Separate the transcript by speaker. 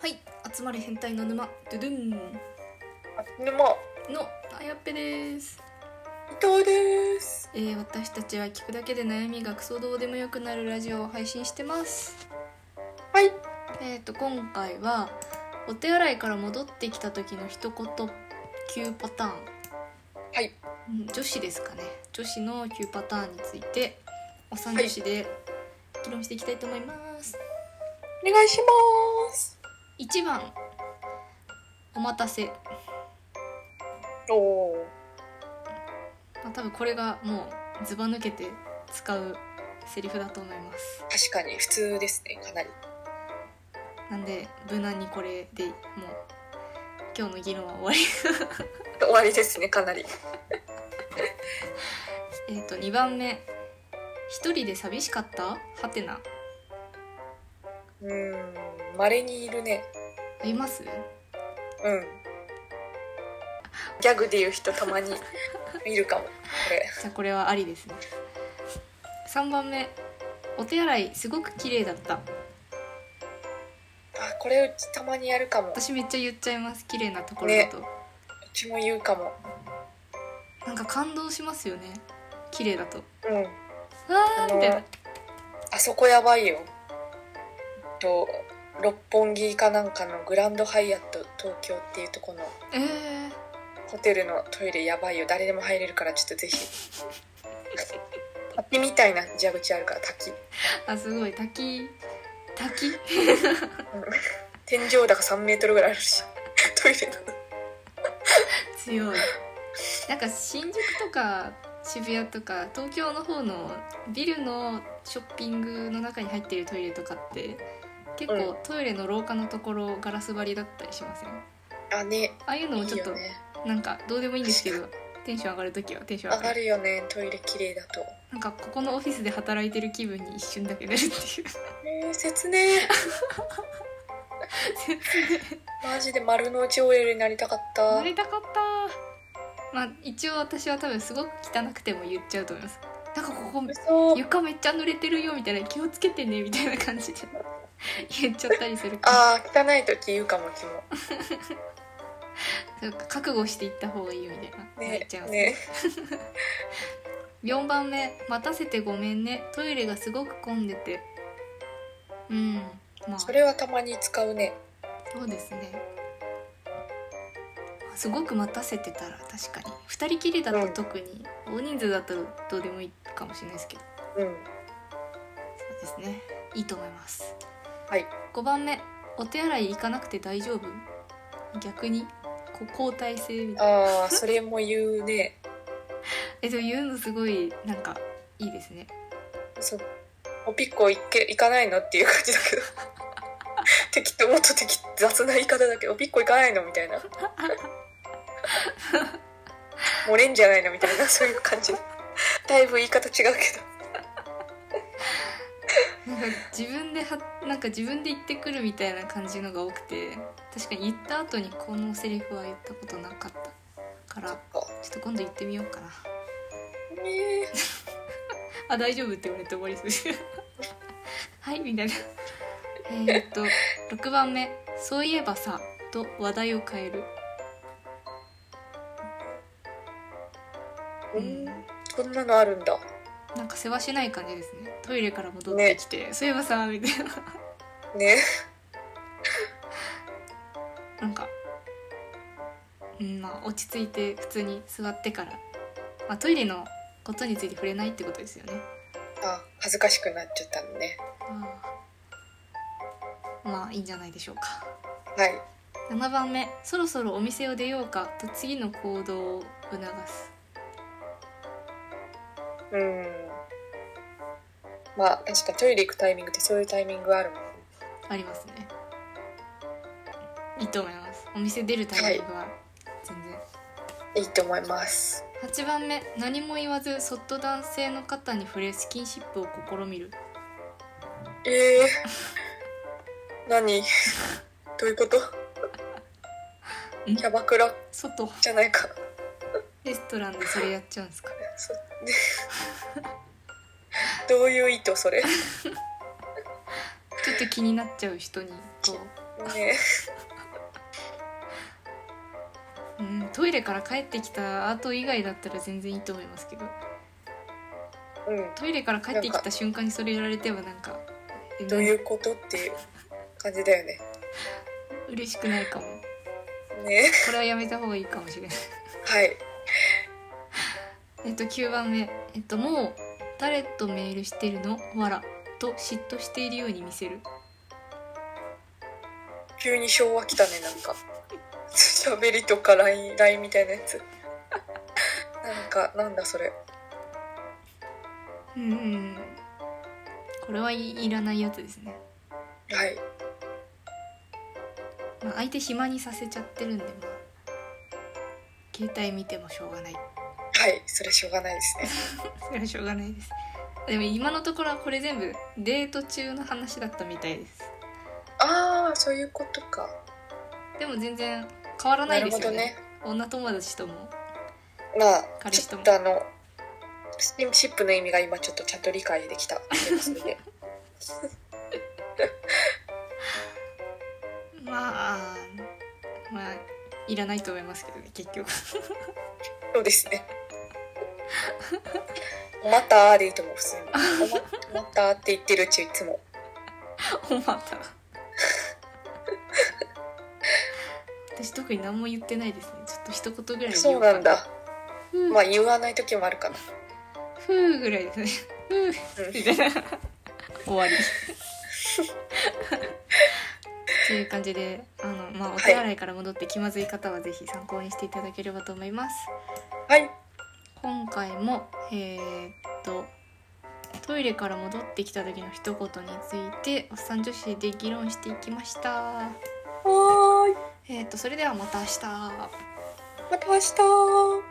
Speaker 1: はい集まれ変態の沼ドゥドゥン
Speaker 2: でも
Speaker 1: のあやっぺです、
Speaker 2: 伊藤です
Speaker 1: えー、私たちは聞くだけで悩みがクソどうでもよくなるラジオを配信してます
Speaker 2: はい
Speaker 1: えー、と今回はお手洗いから戻ってきた時の一言9パターン
Speaker 2: はい
Speaker 1: うん女子ですかね女子の9パターンについてお三女子で議論していきたいと思います、
Speaker 2: お願いします
Speaker 1: 1番お待たせ
Speaker 2: おお
Speaker 1: まあ、多分これがもうずば抜けて使うセリフだと思います
Speaker 2: 確かに普通ですねかなり
Speaker 1: なんで無難にこれでもう今日の議論は終わり
Speaker 2: 終わりですねかなり
Speaker 1: えっと2番目一人で寂しかったはてな
Speaker 2: うーん稀にいるね
Speaker 1: あります
Speaker 2: うんギャグで言う人たま に見るかもこれ
Speaker 1: じゃあこれはありですね3番目お手洗いすごく綺麗だった
Speaker 2: あこれうちたまにやるかもう
Speaker 1: 私めっちゃ言っちゃいます綺麗なところだと、
Speaker 2: ちも言うかも
Speaker 1: なんか感動しますよね綺麗だと
Speaker 2: うん
Speaker 1: あーみたいな
Speaker 2: あそこやばいよと六本木かなんかのグランドハイアット東京っていうとこの
Speaker 1: えー、
Speaker 2: ホテルのトイレやばいよ誰でも入れるからちょっとぜひ滝みたいな蛇口あるから滝
Speaker 1: あすごい滝滝
Speaker 2: 天井高3メートルぐらいあるしトイレなの
Speaker 1: 強いなんか新宿とか渋谷とか東京の方のビルのショッピングの中に入ってるトイレとかって結構トイレの廊下のところガラス張りだったりしませんあ
Speaker 2: あね
Speaker 1: あいうの
Speaker 2: い
Speaker 1: も
Speaker 2: い
Speaker 1: ちょっ
Speaker 2: よ
Speaker 1: と
Speaker 2: ね
Speaker 1: なんかどうでもいいんですけどテンション上がる時はテンション
Speaker 2: 上
Speaker 1: 上が
Speaker 2: が
Speaker 1: る
Speaker 2: るよねトイレ綺麗だと
Speaker 1: なんかここのオフィスで働いてる気分に一瞬だけなるっていう
Speaker 2: えー、切ねえマジで丸の内 OL になりたかった
Speaker 1: なりたかったまあ一応私は多分すごく汚くても言っちゃうと思いますなんかここ
Speaker 2: 嘘
Speaker 1: 床めっちゃ濡れてるよみたいな気をつけてねみたいな感じで言っちゃったりするから
Speaker 2: あー汚い時言うかもきも
Speaker 1: そうか覚悟していった方がいいよみたいな、
Speaker 2: ね
Speaker 1: 言っちゃいますね
Speaker 2: ね
Speaker 1: 4番目「待たせてごめんねトイレがすごく混んでて」うんまあ
Speaker 2: そ
Speaker 1: そ
Speaker 2: れはたまに使うね
Speaker 1: うですねすごく待たせてたら確かに2人きりだと特に、大人数だとどうでもいいかもしれないですけど
Speaker 2: うん
Speaker 1: そうですねいいと思います
Speaker 2: はい
Speaker 1: 5番目お手洗い行かなくて大丈夫逆にこう交代制みたいな
Speaker 2: ああそれも言うね
Speaker 1: えでも言うのすごいなんかいいですね
Speaker 2: そうおピッコ行け行かないのっていう感じだ けど適当もっと適雑な言い方だけどおピッコ行かないのみたいな漏れんじゃないのみたいなそういう感じだいぶ言い方違うけど
Speaker 1: なんか自分ではなんか自分で言ってくるみたいな感じのが多くて確かに言った後にこのセリフは言ったことなかったから
Speaker 2: そっ
Speaker 1: ちょっと今度言ってみようかな
Speaker 2: ねえ
Speaker 1: あ大丈夫って言われて終わりでする はいみたい なえーっと6番目「そういえばさ」と話題を変える
Speaker 2: うんこんなのあるんだ
Speaker 1: なんかせわしない感じですねトイレから戻ってきて、そういえばさみたいな
Speaker 2: ね
Speaker 1: なんかうんまあ落ち着いて普通に座ってから、まあ、トイレのことについて触れないってことですよね
Speaker 2: あ恥ずかしくなっちゃったのね
Speaker 1: あーまあいいんじゃないでしょうか
Speaker 2: はい
Speaker 1: 7番目「そろそろお店を出ようか」と次の行動を促す
Speaker 2: うんまあ確かトイレ行くタイミングってそういうタイミングあるもん
Speaker 1: ありますねいいと思いますお店出るタイミングは全然、
Speaker 2: いいと思います
Speaker 1: 8番目何も言わずそっと男性の肩に触れスキンシップを試みる
Speaker 2: ええ何どういうこと
Speaker 1: ん
Speaker 2: キャバクラ
Speaker 1: 外
Speaker 2: じゃないか
Speaker 1: レストランでそれやっちゃうんですか
Speaker 2: そどういう意図それ
Speaker 1: ちょっと気になっちゃう人にこう
Speaker 2: ね
Speaker 1: うん、トイレから帰ってきた後以外だったら全然いいと思いますけど
Speaker 2: うん
Speaker 1: トイレから帰ってきた瞬間にそれやられてはなんかえ
Speaker 2: どういうことっていう感じだよね
Speaker 1: 嬉しくないかも
Speaker 2: ね
Speaker 1: これはやめた方がいいかもしれない
Speaker 2: はい
Speaker 1: えっと9番目えっともう誰とメールしてるのわらと嫉妬しているように見せる
Speaker 2: 急に昭和来たねなんか喋りとか LINE, LINE みたいなやつなんかなんだそれ
Speaker 1: うんうんうんこれはいいらないやつですね、
Speaker 2: はい
Speaker 1: まあ、相手暇にさせちゃってるんでまあ携帯見てもしょうがない
Speaker 2: はいそれしょうがないですね
Speaker 1: それはしょうがないですでも今のところはこれ全部デート中の話だったみたいです
Speaker 2: ああそういうことか
Speaker 1: でも全然変わらな
Speaker 2: ないる
Speaker 1: で
Speaker 2: ほ
Speaker 1: すよ
Speaker 2: ど
Speaker 1: ね
Speaker 2: ね
Speaker 1: 女友達とも
Speaker 2: まあ
Speaker 1: 彼
Speaker 2: ち
Speaker 1: 氏と
Speaker 2: ょ
Speaker 1: も
Speaker 2: っとあのスキンシップの意味が今ちょっとちゃんと理解できたそれ で
Speaker 1: まあまあいらないと思いますけどね結局
Speaker 2: そうですね「また」でいいと思う普通に「ままた」って言ってるうちいつも
Speaker 1: おま た私特に何も言ってないですねちょっと一言ぐらい言
Speaker 2: そ
Speaker 1: お
Speaker 2: う
Speaker 1: うか
Speaker 2: なんだ
Speaker 1: ふう、
Speaker 2: まあ言わない時もあるかな
Speaker 1: ふうぐらいですねふうみたいな終わりという感じであの、まあ、お手洗いから戻って気まずい方はぜひ参考にしていただければと思います
Speaker 2: はい
Speaker 1: 今回もえーっとトイレから戻ってきた時の一言についておっさん女子で議論していきました
Speaker 2: はーい
Speaker 1: えーっとそれではまた明日
Speaker 2: また明日